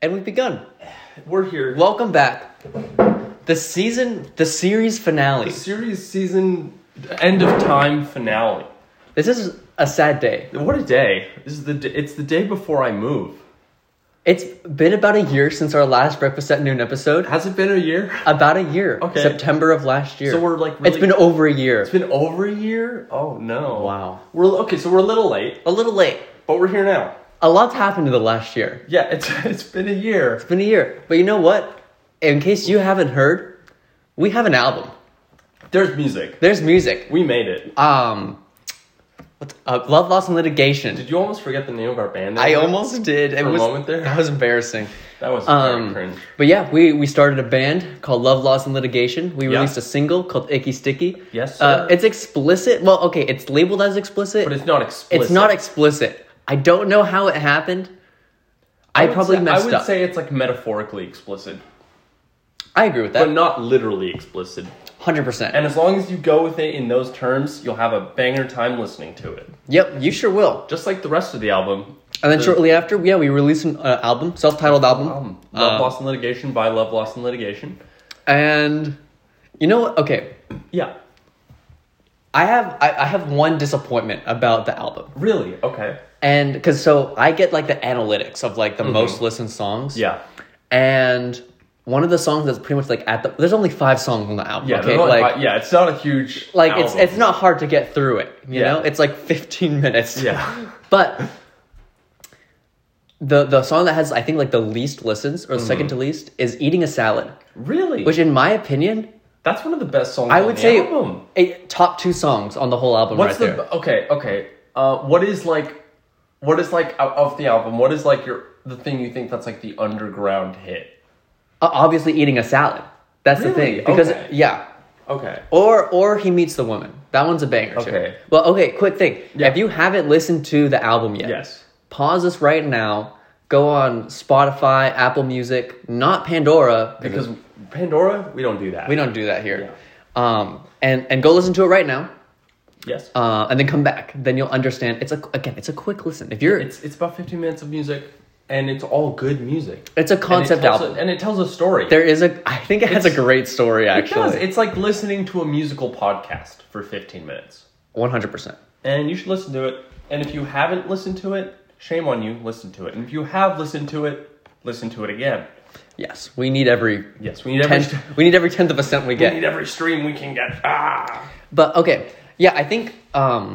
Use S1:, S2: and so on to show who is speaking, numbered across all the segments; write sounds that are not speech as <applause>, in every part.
S1: And we've begun.
S2: We're here.
S1: Welcome back. The season, the series finale.
S2: The series season end of time finale.
S1: This is a sad day.
S2: What a day! This is the d- it's the day before I move.
S1: It's been about a year since our last Breakfast at Noon episode.
S2: Has it been a year?
S1: About a year.
S2: Okay.
S1: September of last year.
S2: So we're, like,
S1: It's
S2: really-
S1: been over a year.
S2: It's been over a year. Oh no!
S1: Wow.
S2: We're okay. So we're a little late,
S1: a little late.
S2: but we're here now.
S1: A lot's happened in the last year.
S2: Yeah, it's <laughs> it's been a year.
S1: It's been a year. But you know what? In case you haven't heard, we have an album.
S2: There's music.
S1: There's music.
S2: We made it.
S1: Um, what's up? Love, Loss, and Litigation.
S2: Did you almost forget the name of our band?
S1: I
S2: name?
S1: almost did. It
S2: a
S1: was
S2: moment there?
S1: That was embarrassing.
S2: That was very
S1: Um,
S2: cringe.
S1: but yeah, we, we started a band called Love, Loss, and Litigation. We
S2: Yeah.
S1: released a single called Icky Sticky.
S2: Yes,
S1: Uh,
S2: sir.
S1: it's explicit. Well, okay, it's labeled as explicit.
S2: But it's not explicit.
S1: It's not explicit. I don't know how it happened. I,
S2: would
S1: probably
S2: say-
S1: messed
S2: I would
S1: up.
S2: say it's like metaphorically explicit,
S1: I agree with
S2: but
S1: that.
S2: not literally explicit.
S1: Hundred percent.
S2: And as long as you go with it in those terms, you'll have a banger time listening to it.
S1: Yep, you sure will.
S2: Just like the rest of the album.
S1: And then
S2: The
S1: shortly after, yeah, we released an uh, album, self-titled album,
S2: album, Um, Love,
S1: Uh,
S2: Loss, and Litigation by Love, Loss, and Litigation.
S1: and you know what? Okay,
S2: Yeah.
S1: I have I, I have one disappointment about the album,
S2: Really? Okay.
S1: and because so I get like the analytics of like the most listened songs,
S2: Mm-hmm. Yeah.
S1: and one of the songs that's pretty much like at the there's only five songs on the album,
S2: Yeah.
S1: okay,
S2: they're not
S1: like
S2: quite- yeah, it's not a huge.
S1: like it's
S2: album.
S1: it's not hard to get through it, you
S2: Yeah.
S1: know, it's like 15 minutes,
S2: Yeah.
S1: but the the song that has I think like the least listens or the second to
S2: Mm-hmm.
S1: least is "Eating a Salad."
S2: Really?
S1: which in my opinion
S2: That's one of the best songs
S1: i
S2: on
S1: would
S2: the
S1: say
S2: album.
S1: a, top two songs on the whole album
S2: What's
S1: right
S2: the
S1: there
S2: okay? Okay. Uh, what is like, what is like out of the album? What is like your the thing you think that's like the underground hit?
S1: O- obviously eating a salad that's the
S2: Really?
S1: thing because
S2: Okay.
S1: yeah
S2: Okay.
S1: or or he meets the woman that one's a banger too.
S2: Okay.
S1: well okay quick thing
S2: Yeah.
S1: if you haven't listened to the album yet
S2: Yes.
S1: pause this right now go on spotify apple music not pandora
S2: Because Pandora, we don't do that.
S1: we don't do that here um and and go listen to it right now
S2: Yes.
S1: uh, and then come back then you'll understand it's a again it's a quick listen if you're it's,
S2: It's it's about 15 minutes of music, and it's all good music.
S1: a
S2: And it
S1: concept
S2: tells
S1: album
S2: a- and it tells a story.
S1: There is a. I think it has a
S2: It's-
S1: great story.
S2: it does.
S1: Actually,
S2: It's like listening to a musical podcast for 15 minutes,
S1: one hundred percent.
S2: and you should listen to it. And if you haven't listened to it, shame on you. Listen to it. And if you have listened to it, listen to it again.
S1: Yes, we need every
S2: Yes, we need every
S1: tenth. We need every tenth of a cent we
S2: we
S1: get.
S2: need every stream we can get. Ah.
S1: But okay, yeah, I think um,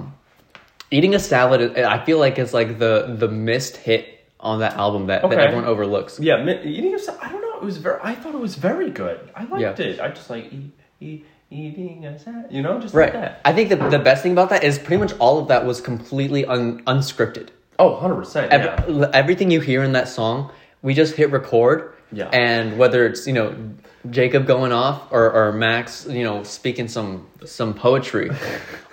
S1: eating a salad. is- I feel like is like the the missed hit on that album that, that
S2: Okay.
S1: everyone overlooks.
S2: Yeah, mi- eating. A, I don't know. It was very. I thought it was very good. I liked
S1: Yeah.
S2: it. I just like eat, eat, eating a salad. You know, just like
S1: Right.
S2: that.
S1: I think the the best thing about that is pretty much all of that was completely un, unscripted.
S2: Oh, 100 percent.
S1: Ev-
S2: Yeah.
S1: l- Everything you hear in that song, we just hit record.
S2: Yeah.
S1: And whether it's you know Jacob going off or, or Max you know speaking some some
S2: <laughs>
S1: poetry,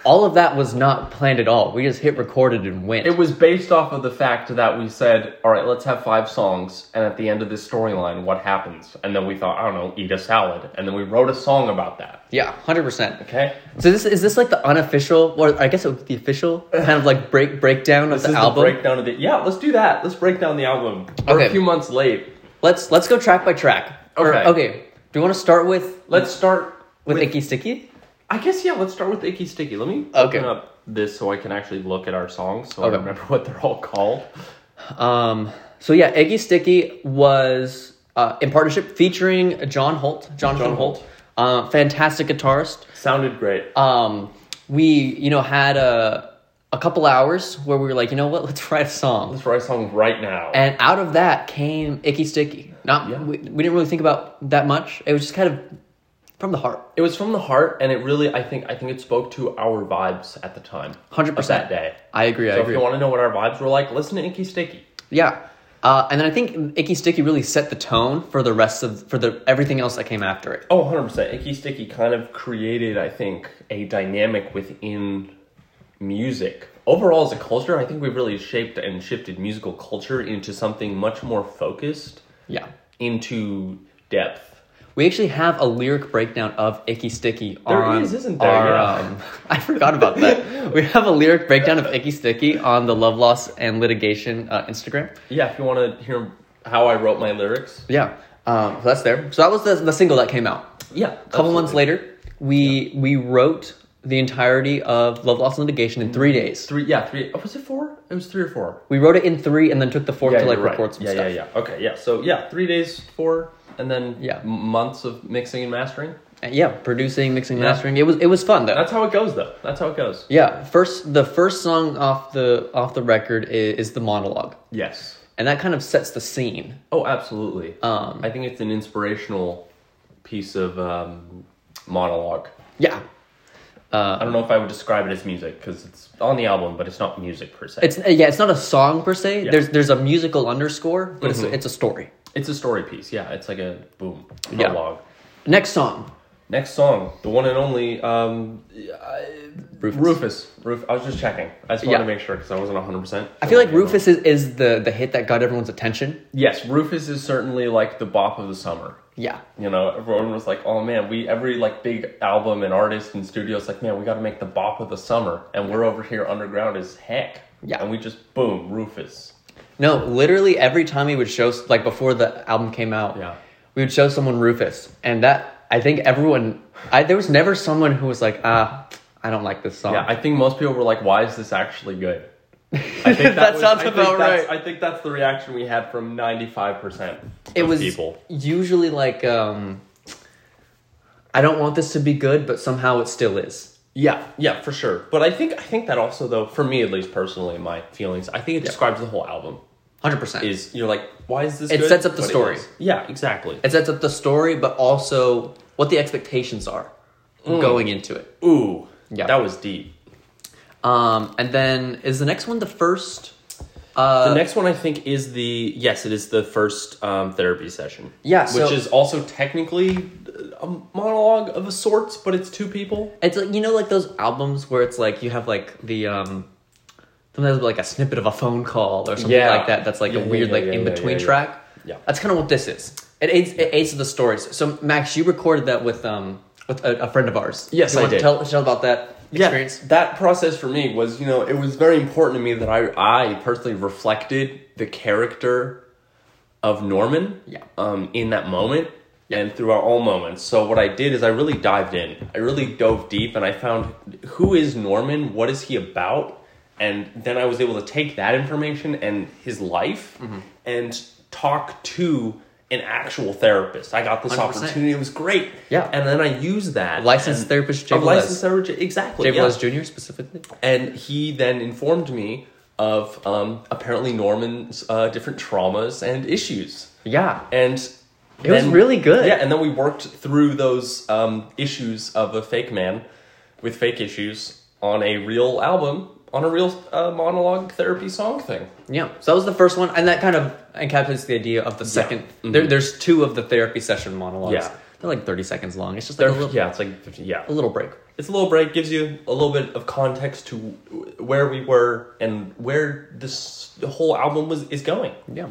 S1: all of that was not planned at all. We just hit recorded and went.
S2: It was based off of the fact that we said, all right, let's have five songs, and at the end of this storyline, what happens? And then we thought, I don't know, eat a salad. And then we wrote a song about that.
S1: yeah, hundred percent.
S2: Okay?
S1: So this is this like the unofficial, or I guess it was the official kind of like break breakdown of
S2: This
S1: the
S2: is
S1: album.
S2: the breakdown of the. Yeah, let's do that. Let's break down the album. We're
S1: Okay.
S2: a few months late.
S1: Let's let's go track by track. Or-
S2: Okay.
S1: okay. Do you want to start with
S2: Let's start
S1: with, Icky Sticky?
S2: I guess, yeah, let's start with Icky Sticky. Let me
S1: Okay.
S2: open up this so I can actually look at our songs so
S1: Okay.
S2: I remember <laughs> what they're all called.
S1: Um, so yeah, Iggy Sticky was uh, in partnership featuring John Holt, Jonathan
S2: John
S1: Holt,
S2: Holt.
S1: Uh, fantastic guitarist.
S2: Sounded great.
S1: Um, we you know had a a couple hours where we were like, you know what, let's <laughs> write a song.
S2: Let's write a song right now.
S1: And out of that came Icky Sticky. Not
S2: Yeah.
S1: we, we didn't really think about that much. It was just kind of from the heart.
S2: it was from the heart, and it really, I think, I think it spoke to our vibes at the time.
S1: 100%.
S2: of that day.
S1: I agree. I
S2: So if
S1: agree.
S2: you want to know what our vibes were like, listen to Inky Sticky.
S1: yeah. Uh, and then I think Icky Sticky really set the tone for the rest of for the everything else that came after it.
S2: Oh, 100%. Icky Sticky kind of created, I think, a dynamic within music. Overall, as a culture, I think we've really shaped and shifted musical culture into something much more focused,
S1: Yeah.
S2: into depth.
S1: We actually have a lyric breakdown of Icky Sticky
S2: There
S1: on
S2: is, isn't there?
S1: our,
S2: Yeah.
S1: um, <laughs> I forgot about that. We have a lyric breakdown of Icky Sticky on the Love Loss and Litigation uh, Instagram.
S2: Yeah, if you want to hear how I wrote my lyrics.
S1: Yeah, um, so that's there. So that was the, the single that came out.
S2: Yeah.
S1: A couple months later, we we wrote the entirety of Love Loss and Litigation in
S2: Mm-hmm.
S1: three days.
S2: Three, yeah, three. Oh, was it four? It was three or four.
S1: We wrote it in three and then took the fourth to like
S2: you're right.
S1: record some
S2: yeah,
S1: stuff.
S2: Yeah, yeah, Okay, yeah. So yeah, three days, four, and then
S1: Yeah.
S2: m- months of mixing and mastering.
S1: And yeah, producing, mixing, mastering. It was it was fun though.
S2: That's how it goes, though. That's how it goes.
S1: yeah, first the first song off the off the record is, is the monologue,
S2: Yes.
S1: and that kind of sets the scene.
S2: Oh, absolutely.
S1: Um,
S2: I think it's an inspirational piece of um, monologue.
S1: Yeah, Uh,
S2: I don't know if I would describe it as music because it's on the album, but it's not music per se.
S1: it's yeah, it's not a song per se.
S2: Yeah. Mm-hmm.
S1: There's there's a musical underscore, but it's a, it's a story.
S2: It's a story piece. Yeah, it's like a boom
S1: Yeah.
S2: monologue.
S1: Next song,
S2: Next song, the one and only um,
S1: Rufus.
S2: Rufus. Ruf- I was just checking. I just wanted to
S1: Yeah.
S2: make sure because I wasn't 100%.
S1: I feel like Rufus is, is the the hit that got everyone's attention.
S2: Yes, Rufus is certainly like the bop of the summer.
S1: Yeah,
S2: You know, everyone was like, "Oh man, we every like big album and artist and studio is like, man, we got to make the bop of the summer, and we're over here underground as heck."
S1: Yeah.
S2: and we just boom, Rufus.
S1: no, literally every time we would show like before the album came out,
S2: Yeah.
S1: we would show someone Rufus, and that I think everyone, I there was never someone who was like, ah, I don't like this song.
S2: Yeah, I think most people were like, "Why is this actually good?"
S1: <laughs>
S2: I think
S1: That sounds
S2: I think
S1: about
S2: that's-
S1: right.
S2: I think that's the reaction we had from ninety-five percent.
S1: it was
S2: people.
S1: usually like, um, I don't want this to be good, but somehow it still is.
S2: Yeah, yeah, for sure. But I think I think that also though, for me at least personally, my feelings, I think it describes the whole album.
S1: Hundred percent.
S2: Is you're like, why is this?
S1: It
S2: good?
S1: sets up the
S2: But it
S1: story.
S2: is. Yeah, exactly.
S1: It sets up the story, but also what the expectations are
S2: Mm.
S1: going into it.
S2: Ooh,
S1: Yeah.
S2: that was deep.
S1: Um, and then is the next one the first? Uh,
S2: The next one I think is the yes, it is the first um, therapy session.
S1: Yeah,
S2: which
S1: so-
S2: is also technically a monologue of a sorts, but it's two people.
S1: it's like you know, like those albums where it's like you have like the um, sometimes like a snippet of a phone call or something
S2: Yeah.
S1: like that. That's like
S2: Yeah,
S1: a
S2: yeah,
S1: weird
S2: yeah,
S1: like
S2: yeah,
S1: in between
S2: yeah, yeah.
S1: track.
S2: Yeah.
S1: that's kind of what this is. It aids it aids the stories. So Max, you recorded that with um with a, a friend of ours.
S2: Yes,
S1: You
S2: I
S1: wanna
S2: did.
S1: Tell, tell about that experience.
S2: Yeah, that process for me was, you know, it was very important to me that I, I personally reflected the character of Norman
S1: Yeah.
S2: um, in that moment and throughout all moments. So what I did is I really dived in. I really dove deep and I found who is Norman, what is he about, and then I was able to take that information and his life
S1: Mm-hmm.
S2: and talk to an actual therapist. I got this
S1: 100%.
S2: opportunity. It was great.
S1: Yeah.
S2: And then I used that.
S1: Licensed
S2: and-
S1: therapist Jay
S2: A
S1: Velez.
S2: licensed therapist, exactly.
S1: Dave
S2: yeah.
S1: Velez Jr. specifically.
S2: And he then informed me of um, apparently Norman's uh, different traumas and issues.
S1: Yeah,
S2: And
S1: It was really good.
S2: Yeah, and then we worked through those um, issues of a fake man with fake issues on a real album, on a real uh, monologue therapy song thing.
S1: Yeah, so that was the first one, and that kind of encapsulates the idea of the 2nd There, there's two of the therapy session monologues.
S2: Mm-hmm. Yeah.
S1: they're like thirty seconds long. It's just like
S2: There,
S1: a little,
S2: yeah, it's like 50, yeah,
S1: a little break.
S2: it's a little break. Gives you a little bit of context to w- where we were and where this the whole album was is going.
S1: Yeah.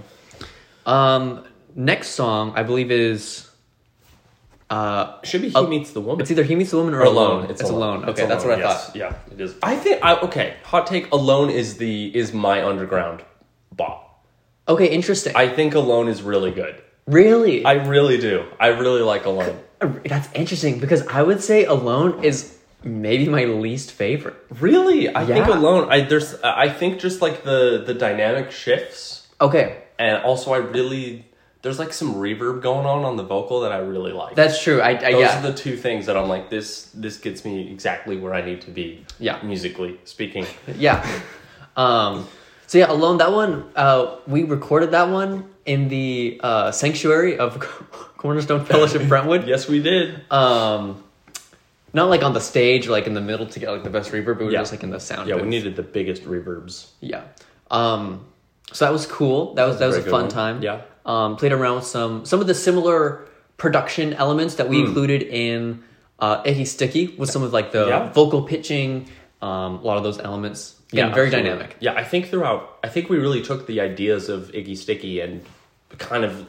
S1: Um, next song I believe is uh,
S2: Should be he meets the woman.
S1: it's either he meets the woman or alone. It's, alone. Okay,
S2: It's
S1: that's
S2: Alone,
S1: what I
S2: yes.
S1: thought.
S2: Yeah, it is. I think I okay. Hot take. Alone is the is my underground bop.
S1: Okay, interesting.
S2: I think Alone is really good.
S1: really,
S2: I really do. I really like Alone.
S1: that's interesting because I would say alone is maybe my least favorite.
S2: Really, I think
S1: Yeah.
S2: Alone. I there's. I think just like the the dynamic shifts,
S1: Okay,
S2: and also I really there's like some reverb going on on the vocal that I really like.
S1: that's true. I, I
S2: Those
S1: yeah.
S2: are the two things that I'm like this. This gets me exactly where I need to be.
S1: Yeah.
S2: musically speaking.
S1: Yeah. Um, so yeah, alone that one. Uh, we recorded that one in the uh, sanctuary of <laughs> Cornerstone Fellowship Brentwood.
S2: yes, we did.
S1: Um, not like on the stage, or like in the middle to get like the best reverb, but we were
S2: Yeah.
S1: just like in the sound.
S2: yeah, we
S1: booth.
S2: needed the biggest reverbs.
S1: Yeah. Um, so that was cool. That was that was a
S2: very good
S1: fun
S2: one.
S1: time.
S2: Yeah.
S1: Um, played around with some some of the similar production elements that we
S2: Hmm.
S1: included in uh, Icky Sticky with some of like the
S2: Yeah.
S1: vocal pitching, um, a lot of those elements. Again,
S2: Yeah,
S1: very
S2: absolutely.
S1: dynamic.
S2: Yeah, I think throughout, I think we really took the ideas of Iggy Sticky and kind of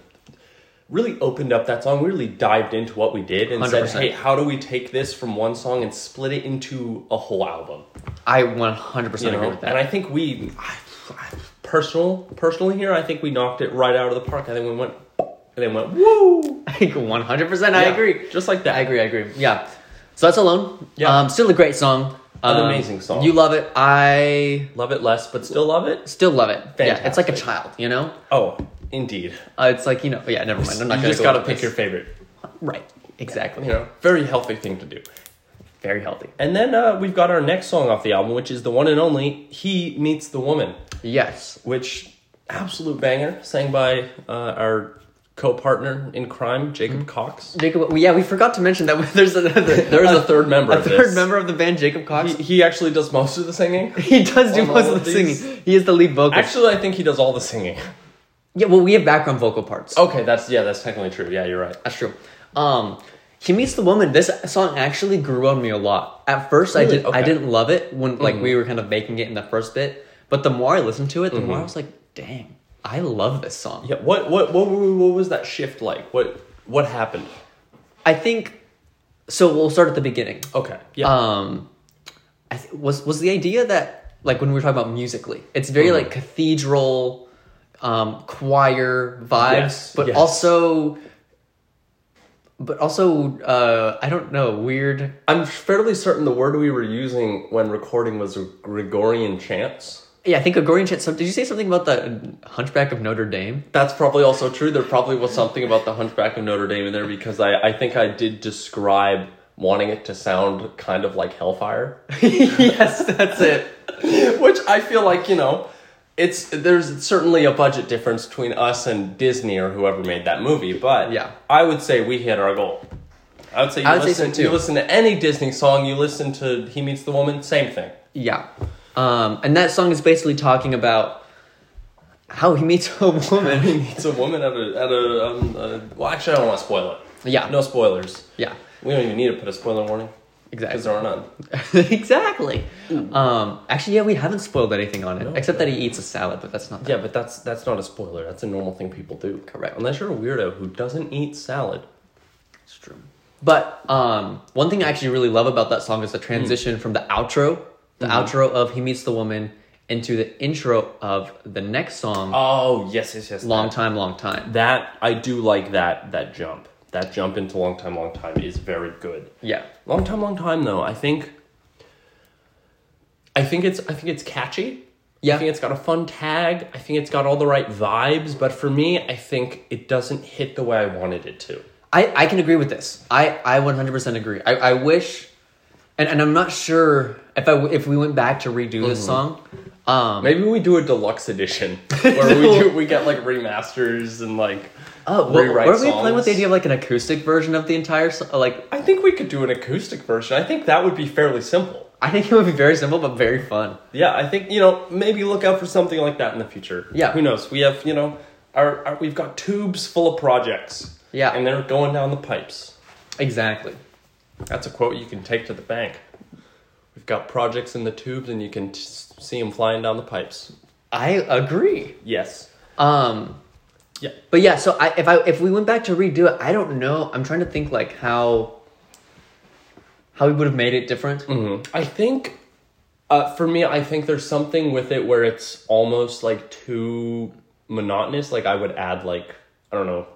S2: really opened up that song. We really dived into what we did and said,
S1: 100%.
S2: hey, how do we take this from one song and split it into a whole album?
S1: I 100%
S2: You
S1: agree
S2: know?
S1: with
S2: And
S1: that.
S2: I think we, I, I personal personally here, I think we knocked it right out of the park. I think we went and then went woo.
S1: I <laughs> think 100% I
S2: Yeah,
S1: agree.
S2: Just like that.
S1: I agree, I agree. Yeah. So that's Alone.
S2: Yeah.
S1: Um, still a great song.
S2: An
S1: Um,
S2: amazing song.
S1: You love it. I
S2: Love it less, but still love it.
S1: still love it. Yeah, it's like a
S2: Fantastic.
S1: child, you know?
S2: Oh, indeed.
S1: Uh, it's like, you know, yeah, never mind. I'm not
S2: you
S1: gonna
S2: just
S1: go
S2: gotta
S1: into
S2: pick
S1: this.
S2: your favorite.
S1: Right, exactly.
S2: You know, very healthy thing to do.
S1: Very healthy.
S2: And then uh, we've got our next song off the album, which is the one and only "He Meets the Woman,"
S1: Yes.
S2: which absolute banger, sang by uh, our co-partner in crime, Jacob
S1: Mm-hmm.
S2: Cox.
S1: Jacob, yeah, we forgot to mention that <laughs> there's a,
S2: There is a third member.
S1: a
S2: of
S1: third
S2: this.
S1: member of the band, Jacob Cox.
S2: He, he actually does most of the singing.
S1: <laughs> He, does do
S2: On
S1: most
S2: all
S1: of
S2: of
S1: the
S2: these?
S1: singing. He is the lead vocalist.
S2: Actually, I think he does all the singing.
S1: yeah, well, we have background vocal parts.
S2: Okay, that's yeah, that's technically true. Yeah, you're right.
S1: That's true. Um, he meets the woman. This song actually grew on me a lot. At first, I
S2: Really?
S1: did I
S2: Okay. Mm.
S1: didn't love it when like we were kind of making it in the first bit, but the more I listened to it, the more
S2: Mm-hmm.
S1: I was like, "Dang, I love this song."
S2: Yeah, what what what were- what was that shift like? What what happened?
S1: I think. So we'll start at the beginning.
S2: Okay, yeah,
S1: um I th- was was the idea that like when we were talking about musically it's very like cathedral um choir vibes
S2: Yes,
S1: but
S2: yes.
S1: also but also uh i don't know weird
S2: I'm fairly certain the word we were using when recording was Gregorian chants.
S1: yeah i think a gorian chant some did you say something about the hunchback of notre dame
S2: That's probably also true. There probably was something about the Hunchback of Notre Dame in there because I, I think I did describe wanting it to sound kind of like Hellfire. <laughs>
S1: yes that's it
S2: Which I feel like, you know, it's there's certainly a budget difference between us and Disney or whoever made that movie, but
S1: Yeah.
S2: I would say we hit our goal. I would say you,
S1: I would say
S2: listen,
S1: so too.
S2: you listen to any Disney song, you listen to He Meets the Woman, same thing.
S1: yeah um and that song is basically talking about how he meets a woman
S2: He <laughs> meets a woman at a at a, um, uh well actually I don't want to spoil it.
S1: Yeah.
S2: No spoilers.
S1: yeah
S2: We don't even need to put a spoiler warning.
S1: exactly
S2: Because there are none.
S1: <laughs> exactly.
S2: Hmm.
S1: Um, actually, yeah, we haven't spoiled anything on it except that he eats a salad, but that's not. That.
S2: Yeah, but that's that's not a spoiler. That's a normal thing people do.
S1: Correct.
S2: Unless you're a weirdo who doesn't eat salad.
S1: It's true. But um, one thing I actually really love about that song
S2: Hmm.
S1: is the transition from the outro, the outro of "He Meets the Woman," into the intro of the next song,
S2: Oh yes, yes, yes.
S1: "Long Time, Long Time."
S2: That I do like that that jump. That jump into long time, long time is very good.
S1: Yeah,
S2: Long time, long time though. I think. I think it's I think it's catchy.
S1: Yeah.
S2: I think it's got a fun tag. I think it's got all the right vibes. But for me, I think it doesn't hit the way I wanted it to.
S1: I, I can agree with this. I, I 100% agree. I, I wish, and, and I'm not sure if I w- if we went back to redo this song. Um,
S2: Mm-hmm. Maybe we do a
S1: <laughs>
S2: deluxe edition where we do we get like remasters and like
S1: oh, well,
S2: rewrite
S1: were we playing with
S2: songs.
S1: the idea of like an acoustic version of the entire so- like
S2: I think we could do an acoustic version. I think that would be fairly simple.
S1: I think it would be very simple but very fun.
S2: Yeah, I think you know maybe look out for something like that in the future.
S1: Yeah.
S2: who knows? We have you know our, our we've got tubes full of projects.
S1: Yeah.
S2: and they're going down the pipes.
S1: Exactly.
S2: That's a quote you can take to the bank. We've got projects in the tubes, and you can t- see them flying down the pipes.
S1: I agree.
S2: Yes.
S1: Um
S2: Yeah.
S1: but yeah, so I if I if we went back to redo it, I don't know. I'm trying to think like how how we would have made it different.
S2: I think, uh, for me, I think there's something with it where it's almost like too monotonous. Like I would add like I don't know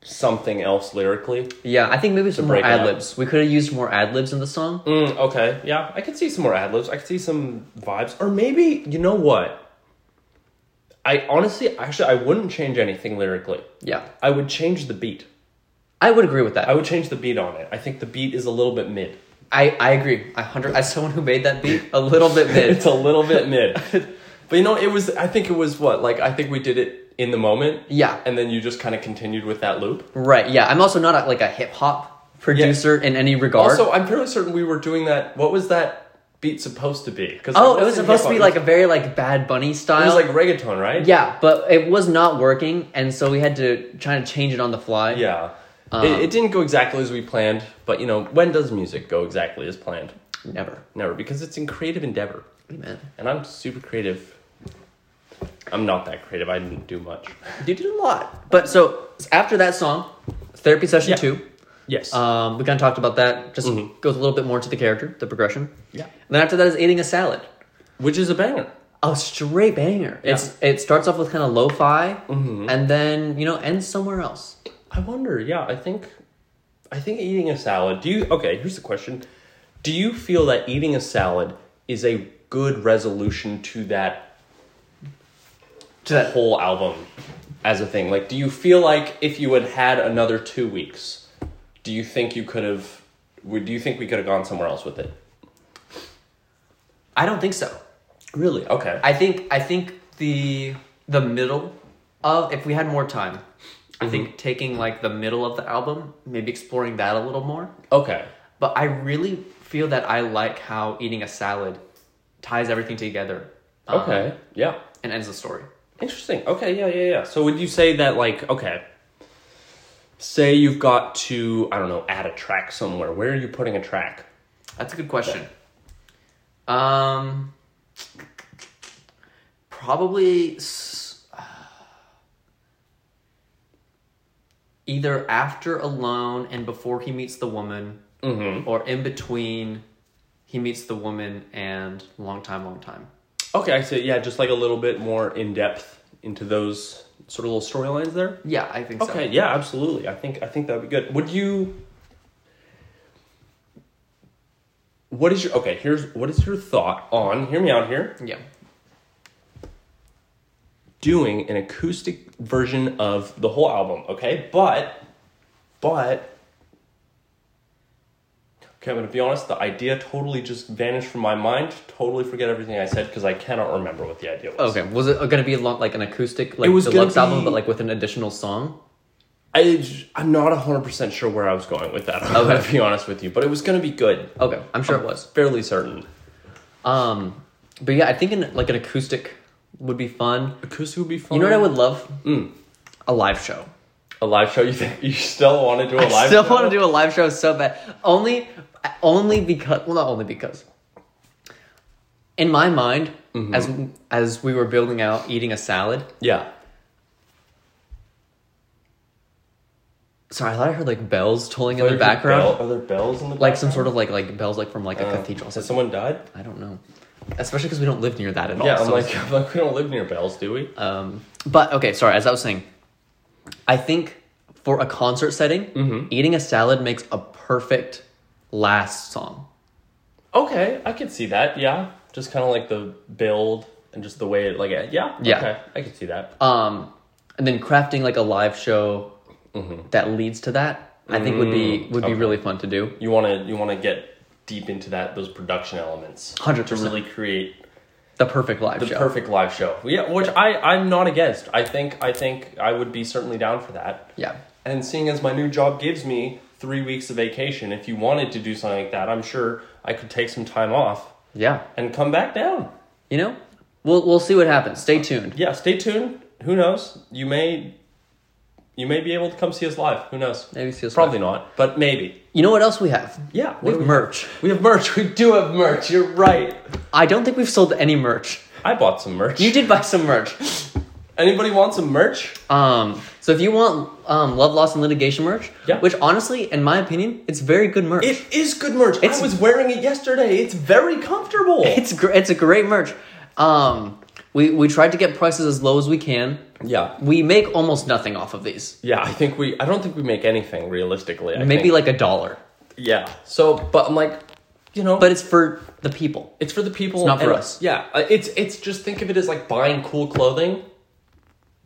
S2: something else lyrically.
S1: Yeah, I think maybe some more
S2: break it up.
S1: ad libs. We could have used more ad libs in the song.
S2: Mm, okay, yeah, I could see some more ad libs. I could see some vibes, or maybe you know what? I honestly, actually, I wouldn't change anything lyrically.
S1: Yeah.
S2: I would change the beat.
S1: I would agree with that.
S2: I would change the beat on it. I think the beat is a little bit mid.
S1: I, I agree. I hundred as someone who made that beat a little bit mid.
S2: <laughs> It's a little
S1: <laughs>
S2: bit mid, but you know, it was. I think it was what like I think we did it in the moment.
S1: Yeah.
S2: and then you just kind of continued with that loop.
S1: Right. Yeah. I'm also not a, like a hip hop producer in any regard.
S2: Also, I'm fairly certain we were doing that. What was that beat supposed to be? Because
S1: oh, it was supposed to be like a very like Bad Bunny style.
S2: it was like reggaeton, right?
S1: Yeah, but it was not working, and so we had to try to change it on the fly.
S2: Yeah.
S1: Um.
S2: it, it didn't go exactly as we planned, but you know, when does music go exactly as planned?
S1: Never.
S2: Never, because it's in creative endeavor.
S1: Amen.
S2: And I'm super creative. I'm not that creative. I didn't do much.
S1: You did a lot. But so after that song, therapy session
S2: Yeah.
S1: two,
S2: Yes.
S1: um, we kind of talked about that. Just goes a little bit more into the character, the progression.
S2: Yeah.
S1: And then after that is eating a salad.
S2: Which is a banger.
S1: a straight banger. It's it starts off with kind of lo-fi and then, you know, ends somewhere else.
S2: I wonder. Yeah, I think, I think eating a salad. Do you? Okay, here's the question: Do you feel that eating a salad is a good resolution to that
S1: To that
S2: whole album as a thing? Like, do you feel like if you had had another two weeks, do you think you could have? Would do you think we could have gone somewhere else with it?
S1: I don't think so.
S2: Really? Okay.
S1: I think I think the the middle of if we had more time, I think taking like the middle of the album, maybe exploring that a little more.
S2: okay.
S1: But I really feel that I like how eating a salad ties everything together. um,
S2: Okay. yeah.
S1: and ends the story.
S2: Interesting. Okay, yeah, yeah, yeah. So would you say that like okay, say you've got to I don't know add a track somewhere. Where are you putting a track?
S1: That's a good question. Um, probably s- uh, either after Alone and before he meets the woman,
S2: Mm-hmm.
S1: or in between he meets the woman and Long Time, Long Time.
S2: Okay, I see. Yeah, just like a little bit more in depth into those sort of little storylines there.
S1: Yeah, I think
S2: Okay,
S1: so.
S2: yeah, absolutely. I think I think that would be good. Would you? What is your okay? Here's what is your thought on? Hear me out here.
S1: Yeah.
S2: doing an acoustic version of the whole album, okay? But, but, okay, I'm gonna be honest, the idea totally just vanished from my mind. Totally forget everything I said because I cannot remember what the idea was.
S1: Okay. Was it going to be a lot like an acoustic, like
S2: It was gonna
S1: deluxe album, but
S2: be-
S1: like with an additional song?
S2: I, j- I'm not 100% sure where I was going with that. <laughs> I'm gonna
S1: Okay.
S2: be honest with you, but it was gonna be good.
S1: Okay, I'm sure it was.
S2: Fairly certain.
S1: Um, but yeah, I think an, like an acoustic would be fun.
S2: Acoustic would be fun.
S1: You know what I would love? A live show.
S2: hmm, A live show? <laughs> You, think you still want to do a
S1: I
S2: live
S1: still
S2: show?
S1: want to do a live show so bad. Only, only because. Well, not only because. In my mind, as as we were building out eating a salad.
S2: Yeah.
S1: Sorry, I thought I heard like bells tolling
S2: Are
S1: in the
S2: there
S1: background,
S2: bell- are there bells in the
S1: like some
S2: background?
S1: sort of like like bells like from like a
S2: Uh,
S1: cathedral. I was
S2: Has
S1: like,
S2: someone died?
S1: I don't know, especially because we don't live near that at all.
S2: Yeah, I'm
S1: so it's-
S2: like, I'm <laughs> like, we don't live near bells, do we?
S1: Um, but okay, sorry. As I was saying, I think for a concert setting,
S2: Mm-hmm.
S1: eating a salad makes a perfect last song.
S2: Okay, I could see that. Yeah, just kind of like the build and just the way it like yeah.
S1: Yeah.
S2: okay, I could see that.
S1: Um, and then crafting like a live show
S2: Mm-hmm.
S1: that leads to that, I think would be
S2: Mm,
S1: would be really fun to do.
S2: You want to you want to get deep into that those production elements
S1: 100%.
S2: to really create
S1: The perfect live
S2: the
S1: show.
S2: perfect live show. Yeah, which I I'm not against. I think I think I would be certainly down for that.
S1: yeah.
S2: And seeing as my new job gives me three weeks of vacation, if you wanted to do something like that, I'm sure I could take some time off
S1: Yeah.
S2: and come back down.
S1: You know, we'll we'll see what happens. Stay tuned.
S2: Yeah, stay tuned. Who knows? You may you may be able to come see us live. Who knows?
S1: Maybe see us
S2: Probably not, but maybe.
S1: You know what else we have? We
S2: Yeah, what do
S1: have
S2: we-
S1: merch.
S2: We have merch. We do have merch. You're right.
S1: I don't think we've sold any merch.
S2: I bought some merch.
S1: You did buy some merch.
S2: Anybody want some merch?
S1: Um, so if you want um, Love, Loss, and Litigation merch,
S2: Yeah.
S1: which honestly, in my opinion, it's very good merch.
S2: It is good merch.
S1: It's-
S2: I was wearing it yesterday. It's very comfortable.
S1: it's gr- it's a great merch. Um, we we tried to get prices as low as we can.
S2: yeah.
S1: We make almost nothing off of these.
S2: Yeah, I think we I don't think we make anything realistically. I
S1: Maybe
S2: think.
S1: like a dollar,
S2: Yeah. So, but I'm like, you know,
S1: but it's for the people.
S2: it's for the people
S1: not for
S2: and-
S1: us.
S2: Yeah. uh, It's it's just think of it as like buying cool clothing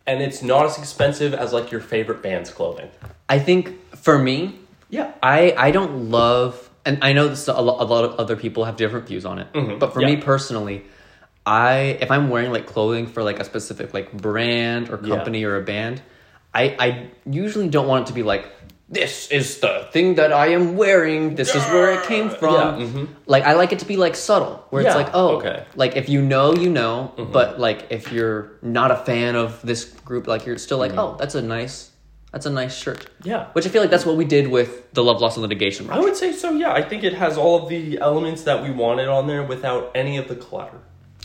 S2: and it's not as expensive as like your favorite band's clothing.
S1: I think for me,
S2: Yeah.
S1: I I don't love, and I know this, a, lo- a lot of other people have different views on it. But for me
S2: Mm-hmm. yeah.
S1: personally, I if I'm wearing like clothing for like a specific like brand or company or a band, I I usually don't want it to be like this is the thing that I am wearing. This is where it came from.
S2: Yeah, Mm-hmm.
S1: Like I like it to be like subtle, where it's
S2: Yeah,
S1: like oh,
S2: okay. Mm-hmm.
S1: like if you know, you know. But like if you're not a fan of this group, like you're still like oh, that's a nice. That's a nice shirt.
S2: Mm-hmm. Yeah.
S1: Which I feel like that's what we did with the Love, Loss, and Litigation.
S2: I
S1: Right?
S2: would say so, yeah. I think it has all of the elements that we wanted on there without any of the clutter.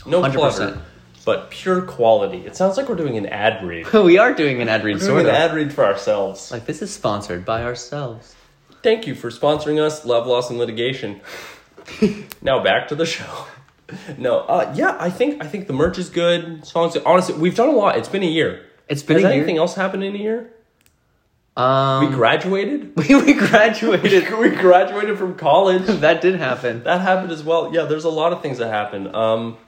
S2: No
S1: 100%.
S2: clutter, but pure quality. It sounds like we're doing an ad read. We're
S1: <laughs> we are doing an ad read,
S2: doing
S1: sort
S2: an
S1: of.
S2: ad read for ourselves.
S1: like, this is sponsored by ourselves. <laughs>
S2: Thank you for sponsoring us, Love, Loss, and Litigation. now back to the show. No, uh, yeah, I think I think the merch is good. Songs, honestly, we've done a lot. It's been a year.
S1: It's been
S2: Has
S1: a year.
S2: anything else happened in a year?
S1: Um,
S2: we graduated.
S1: <laughs> we, we graduated.
S2: <laughs>
S1: <laughs>
S2: we graduated from college.
S1: that did happen.
S2: That happened as well. Yeah, there's a lot of things that happened. Um,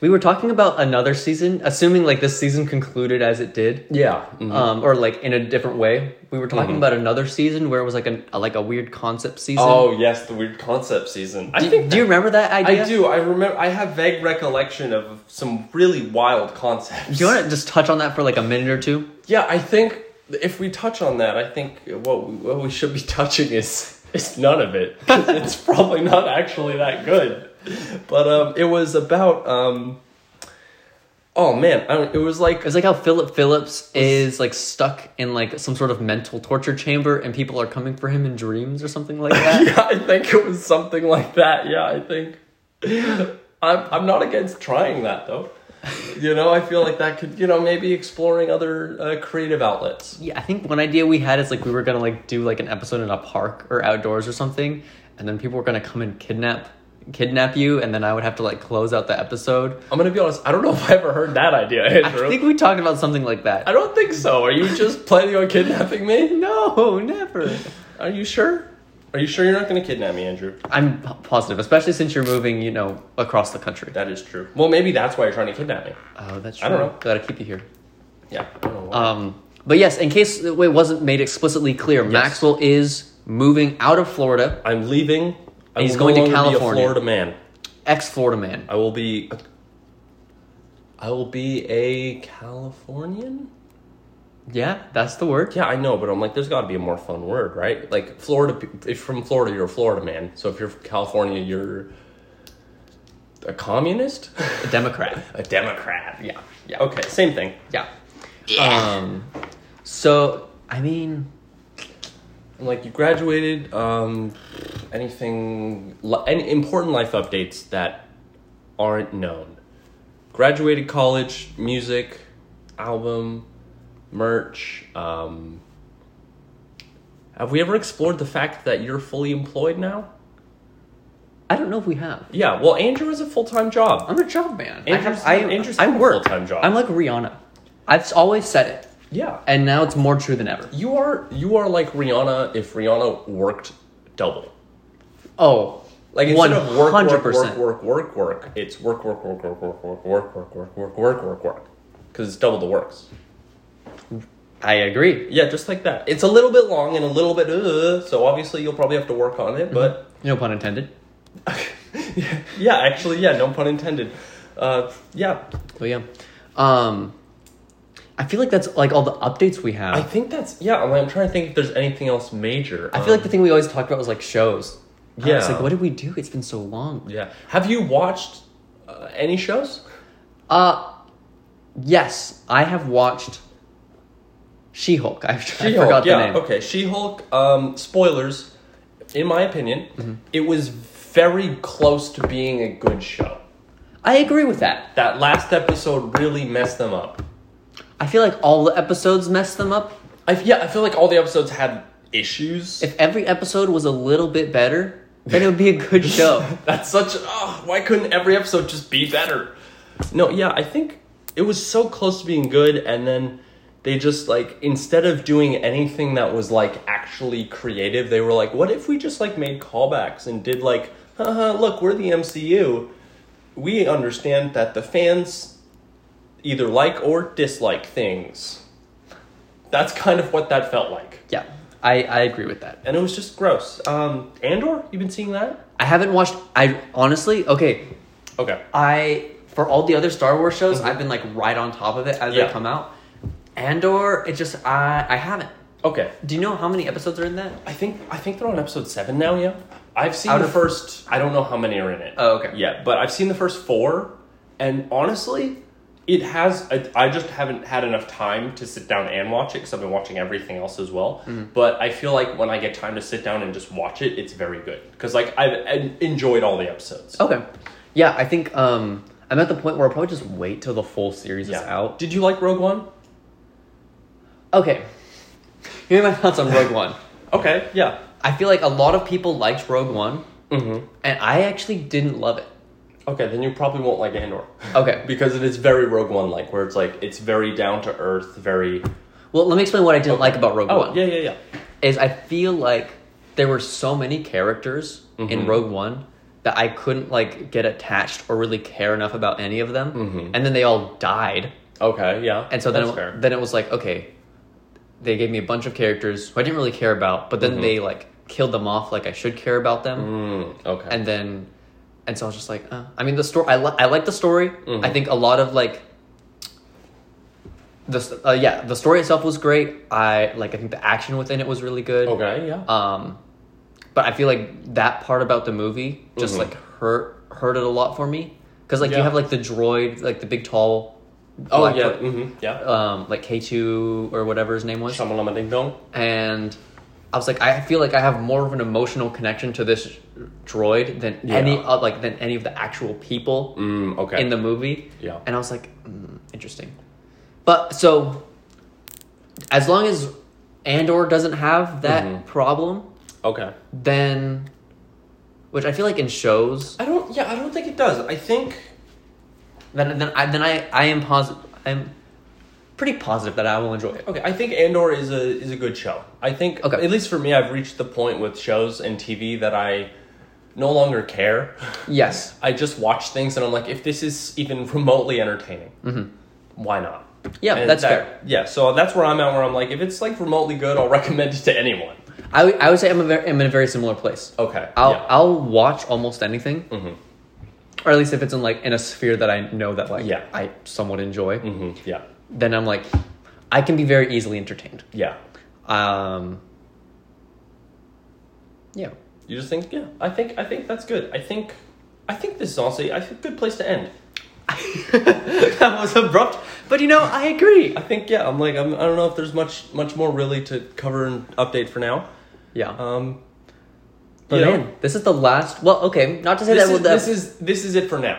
S1: We were talking about another season, assuming like this season concluded as it did,
S2: yeah,
S1: um, or like in a different way. We were
S2: Mm-hmm.
S1: talking about another season where it was like an, a like a weird concept season.
S2: Oh yes, the weird concept season. I
S1: do,
S2: think
S1: do you remember that idea?
S2: I do. I remember. I have vague recollection of some really wild concepts.
S1: Do you want to just touch on that for like a minute or two?
S2: Yeah, I think if we touch on that, I think what we, what we should be <laughs> touching is is none of it. 'Cause it's <laughs> probably not actually that good. But um, it was about um. Oh man, I don't, it was like
S1: It was like how Philip Phillips is like stuck in like some sort of mental torture chamber, and people are coming for him in dreams or something like that.
S2: <laughs> yeah, I think it was something like that. Yeah, I think. I'm I'm not against trying that though. You know, I feel like that could you know maybe exploring other uh, creative outlets.
S1: Yeah, I think one idea we had is like we were gonna like do like an episode in a park or outdoors or something, and then people were gonna come and kidnap kidnap you, and then I would have to like close out the episode.
S2: I'm gonna be honest. I don't know if I ever heard that idea. Andrew.
S1: I think we talked about something like that.
S2: I don't think so. Are you just planning on kidnapping me?
S1: no, never.
S2: Are you sure? Are you sure you're not gonna kidnap me, Andrew?
S1: I'm p- positive, especially since you're moving, you know, across the country.
S2: That is true. Well, maybe that's why you're trying to kidnap me.
S1: Oh, that's true.
S2: I don't know.
S1: Gotta keep you here.
S2: Yeah. I don't know why.
S1: Um, but yes, in case it wasn't made explicitly clear, Maxwell is moving out of Florida,
S2: I'm leaving. I
S1: he's
S2: will
S1: going to
S2: no longer
S1: California.
S2: Be a Florida man.
S1: ex-Florida man.
S2: I will be. I will be a Californian.
S1: Yeah, that's the word.
S2: Yeah, I know, but I'm like, there's got to be a more fun word, right? Like Florida. pe- If from Florida, you're a Florida man. So if you're from California, you're a communist, <laughs>
S1: A Democrat.
S2: a Democrat. Yeah. Yeah. Okay. Same thing.
S1: Yeah. Um, so I mean,
S2: I'm like, you graduated. Um, anything? li- Any important life updates that aren't known? Graduated college, music, album, merch. Um, have we ever explored the fact that you're fully employed now?
S1: I don't know if we have.
S2: Yeah. Well, Andrew has a full time job.
S1: I'm a job man. I
S2: Andrew's-
S1: have, I,
S2: Andrew's
S1: I
S2: got a
S1: work.
S2: full-time job.
S1: I'm like Rihanna. I've always said it,
S2: Yeah.
S1: and now it's more true than ever.
S2: You are you are like Rihanna if Rihanna worked double.
S1: Oh,
S2: Like
S1: one
S2: instead of work,
S1: hundred
S2: work, work,
S1: percent.
S2: work, work, work, it's work, work, work, work, work, work, work, work, work, work, work, work, work, because it's double the works.
S1: I agree.
S2: Yeah, just like that. It's a little bit long and a little bit, uh, so obviously you'll probably have to work on it. But
S1: No pun intended.
S2: <laughs> yeah, actually, yeah, no pun intended. Uh, yeah,
S1: But yeah, um, I feel like that's like all the updates we have. I,
S2: I think that's yeah. I'm, I'm trying to think if there's anything else major. Um,
S1: feel like the thing we always talked about was like shows. I was
S2: Yeah.
S1: like, what did we do? It's been so long.
S2: yeah. Have you watched uh, any shows?
S1: Uh yes, I have watched She-Hulk. I, <laughs> I
S2: She-Hulk,
S1: forgot
S2: yeah,
S1: the name.
S2: Okay, She Hulk. Um, spoilers. In my opinion,
S1: Mm-hmm.
S2: it was very close to being a good show.
S1: I agree with that.
S2: That last episode really messed them up.
S1: I feel like all the episodes messed them up.
S2: I yeah, I feel like all the episodes had issues.
S1: If every episode was a little bit better, then it would be a
S2: <laughs>
S1: good show.
S2: That's such. Oh, why couldn't every episode just be better? No, yeah, I think it was so close to being good, and then they just like instead of doing anything that was like actually creative, they were like, "What if we just like made callbacks and did like, uh, look, we're the MCU. We understand that the fans either like or dislike things." That's kind of what that felt like,
S1: yeah, I, I agree with that.
S2: and it was just gross. Um, Andor, you've been seeing that?
S1: I haven't watched. I honestly, okay,
S2: Okay.
S1: I for all the other Star Wars shows, I've been like right on top of it as
S2: Mm-hmm. Yeah.
S1: they come out. Andor, it just I I haven't.
S2: Okay.
S1: Do you know how many episodes are in that?
S2: I think I think they're on episode seven now. Yeah, I've seen
S1: Out
S2: the
S1: of-
S2: first. I don't know how many are in it.
S1: Oh, okay.
S2: Yeah, but I've seen the first four, and honestly, it has. I, I just haven't had enough time to sit down and watch it because I've been watching everything else as well.
S1: Mm-hmm.
S2: But I feel like when I get time to sit down and just watch it, it's very good because like I've en- enjoyed all the episodes.
S1: Okay. Yeah, I think um I'm at the point where I'll probably just wait till the full series is out.
S2: Did you like Rogue One?
S1: Okay. Here are my thoughts on Rogue One.
S2: Okay. Yeah.
S1: I feel like a lot of people liked Rogue One,
S2: Mm-hmm.
S1: and I actually didn't love it.
S2: Okay, then you probably won't like Andor. <laughs>
S1: Okay.
S2: because it is very Rogue One like, where it's like it's very down to earth, very.
S1: Well, let me explain what I didn't like about Rogue One.
S2: Oh, yeah, yeah, yeah.
S1: Is I feel like there were so many characters in Rogue One that I couldn't like get attached or really care enough about any of them, and then they all died.
S2: Okay, yeah.
S1: And so then
S2: That's
S1: it,
S2: fair.
S1: then it was like, okay, they gave me a bunch of characters who I didn't really care about, but
S2: Mm-hmm.
S1: then they like killed them off like I should care about them,
S2: Mm, okay.
S1: and then and so I was just like, uh, I mean, the story. I li- I like the story.
S2: Mm-hmm.
S1: I think a lot of like the s- uh, yeah, the story itself was great. I like I think the action within it was really good.
S2: okay, yeah.
S1: Um, but I feel like that part about the movie just
S2: Mhm.
S1: like hurt hurt it a lot for me because like you
S2: Yeah.
S1: have like the droid, like the big tall.
S2: oh
S1: black-
S2: yeah, mm-hmm, yeah.
S1: Um, like K two or whatever his name was,
S2: Shamalama Ding Dong.
S1: and I was like, I feel like I have more of an emotional connection to this droid than any
S2: Yeah.
S1: uh, like than any of the actual people
S2: Mm, okay.
S1: in the movie.
S2: Yeah.
S1: and I was like, mm, interesting. But so, as long as Andor doesn't have that
S2: Mm-hmm.
S1: problem,
S2: okay.
S1: then, which I feel like in shows,
S2: I don't. Yeah, I don't think it does. I think.
S1: then then I then I I am positive. I'm pretty positive that I will enjoy it.
S2: Okay, I think Andor is a is a good show. I think
S1: Okay.
S2: at least for me, I've reached the point with shows and TV that I no longer care.
S1: Yes.
S2: I just watch things and I'm like, if this is even remotely entertaining, why not?
S1: Mm-hmm. Yeah,
S2: And
S1: that's
S2: that-
S1: fair.
S2: Yeah, so that's where I'm at. Where I'm like, if it's like remotely good, I'll <laughs> recommend it to anyone.
S1: I, would- I would say I'm, a very, I'm in a very similar place.
S2: Okay.
S1: I'll
S2: yeah. Mm.
S1: I'll watch almost anything,
S2: Mm-hmm,
S1: or at least if it's in like in a sphere that I know that like
S2: Yeah.
S1: I somewhat enjoy.
S2: Mhm, yeah.
S1: Then I'm like, I can be very easily entertained.
S2: Yeah.
S1: Um, yeah. <laughs>
S2: You just think, yeah. I think I think that's good. I think I think this is honestly I think a good place to end.
S1: that was abrupt, but you know I agree.
S2: I think yeah. I'm like I'm, I don't know if there's much much more really to cover and update for now.
S1: Yeah.
S2: Um,
S1: But
S2: you know,
S1: man, this is the last. Well, okay, not to say
S2: this,
S1: that, uh,
S2: is,
S1: that
S2: this is this is it for now.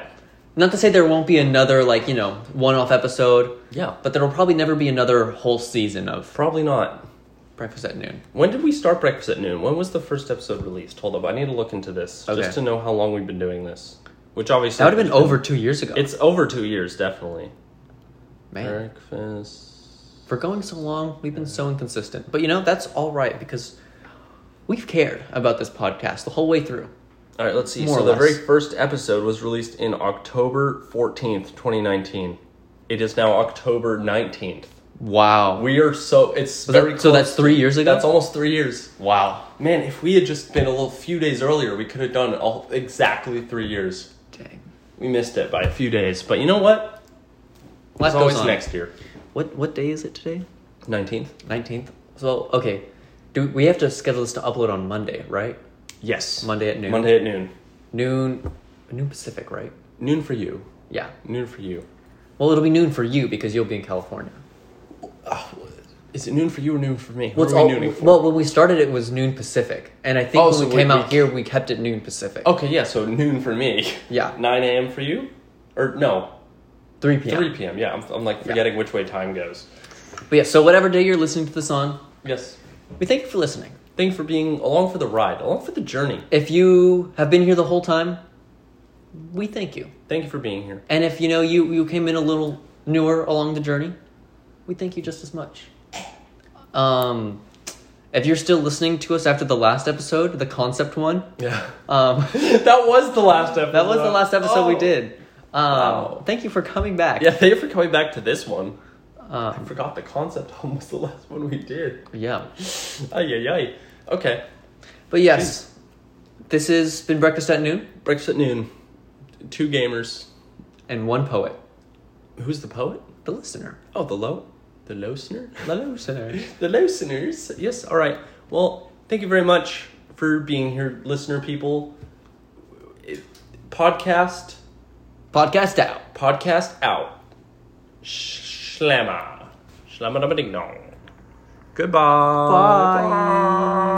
S1: not to say there won't be another like you know one-off episode,
S2: Yeah, but
S1: but there will probably never be another whole season of
S2: probably not.
S1: Breakfast at Noon.
S2: When did we start breakfast at noon? When was the first episode released? Hold up, I need to look into this
S1: Okay.
S2: just to know how long we've been doing this. Which obviously
S1: That would have been over two years ago.
S2: It's over two years, definitely.
S1: man.
S2: Breakfast.
S1: For going so long, we've been so inconsistent. But you know that's all right because we've cared about this podcast the whole way through.
S2: All right, let's see.
S1: More
S2: so
S1: or
S2: the
S1: less.
S2: very first episode was released in October fourteenth, twenty nineteen. It is now October nineteenth.
S1: Wow.
S2: We are so
S1: Was
S2: it's
S1: that-
S2: very
S1: so
S2: close.
S1: that's three years ago.
S2: that's almost three years.
S1: Wow.
S2: Man, if we had just been a little few days earlier, we could have done all, exactly three years.
S1: Dang.
S2: We missed it by a few days, but you know what?
S1: Life
S2: It's
S1: goes
S2: always
S1: on.
S2: next year.
S1: What what day is it today?
S2: Nineteenth.
S1: Nineteenth. So okay, do we have to schedule this to upload on Monday, right?
S2: Yes.
S1: Monday at noon.
S2: Monday at noon.
S1: Noon, noon Pacific, right?
S2: Noon for you.
S1: Yeah.
S2: Noon for you.
S1: Well, it'll be noon for you because you'll be in California.
S2: Oh, Is it noon for you or noon for me? Who
S1: Well, it's
S2: are we
S1: all-
S2: nooning for?
S1: well, when we started, it was noon Pacific, and I think
S2: Oh,
S1: when
S2: so
S1: we
S2: we-
S1: came out
S2: we-
S1: here,
S2: Oh,
S1: we kept it noon Pacific.
S2: okay, yeah. So noon for me.
S1: Yeah.
S2: <laughs> Nine a.m. for you, or no,
S1: three p.m.
S2: three p.m. Yeah, I'm, I'm like forgetting which way time goes.
S1: But yeah, so whatever day you're listening to this on,
S2: Yes.
S1: we thank you for listening.
S2: Thank you for being along for the ride, along for the journey.
S1: If you have been here the whole time, we thank you.
S2: Thank you for being here.
S1: And if you know you you came in a little newer along the journey, we thank you just as much. Um, if you're still listening to us after the last episode, the concept one,
S2: Yeah.
S1: um,
S2: <laughs>
S1: <laughs>
S2: that was the last episode.
S1: that was the last episode we
S2: Oh.
S1: did. Um,
S2: Wow.
S1: Thank you for coming back.
S2: Yeah, thank you for coming back to this one. I
S1: Um,
S2: forgot the concept <laughs> almost the last one we did.
S1: yeah.
S2: Ay, ay, ay. Okay.
S1: But yes, this has been breakfast at noon
S2: Breakfast at noon. Two gamers.
S1: and one poet,
S2: Who's the poet?
S1: the listener,
S2: Oh, the low. The listener?
S1: the listener.
S2: The listeners. Yes, all right. Well, thank you very much for being here, listener people. It- Podcast.
S1: Podcast out.
S2: Podcast out. Sh- Slamma. Slamma ding dong. Goodbye.
S1: Bye.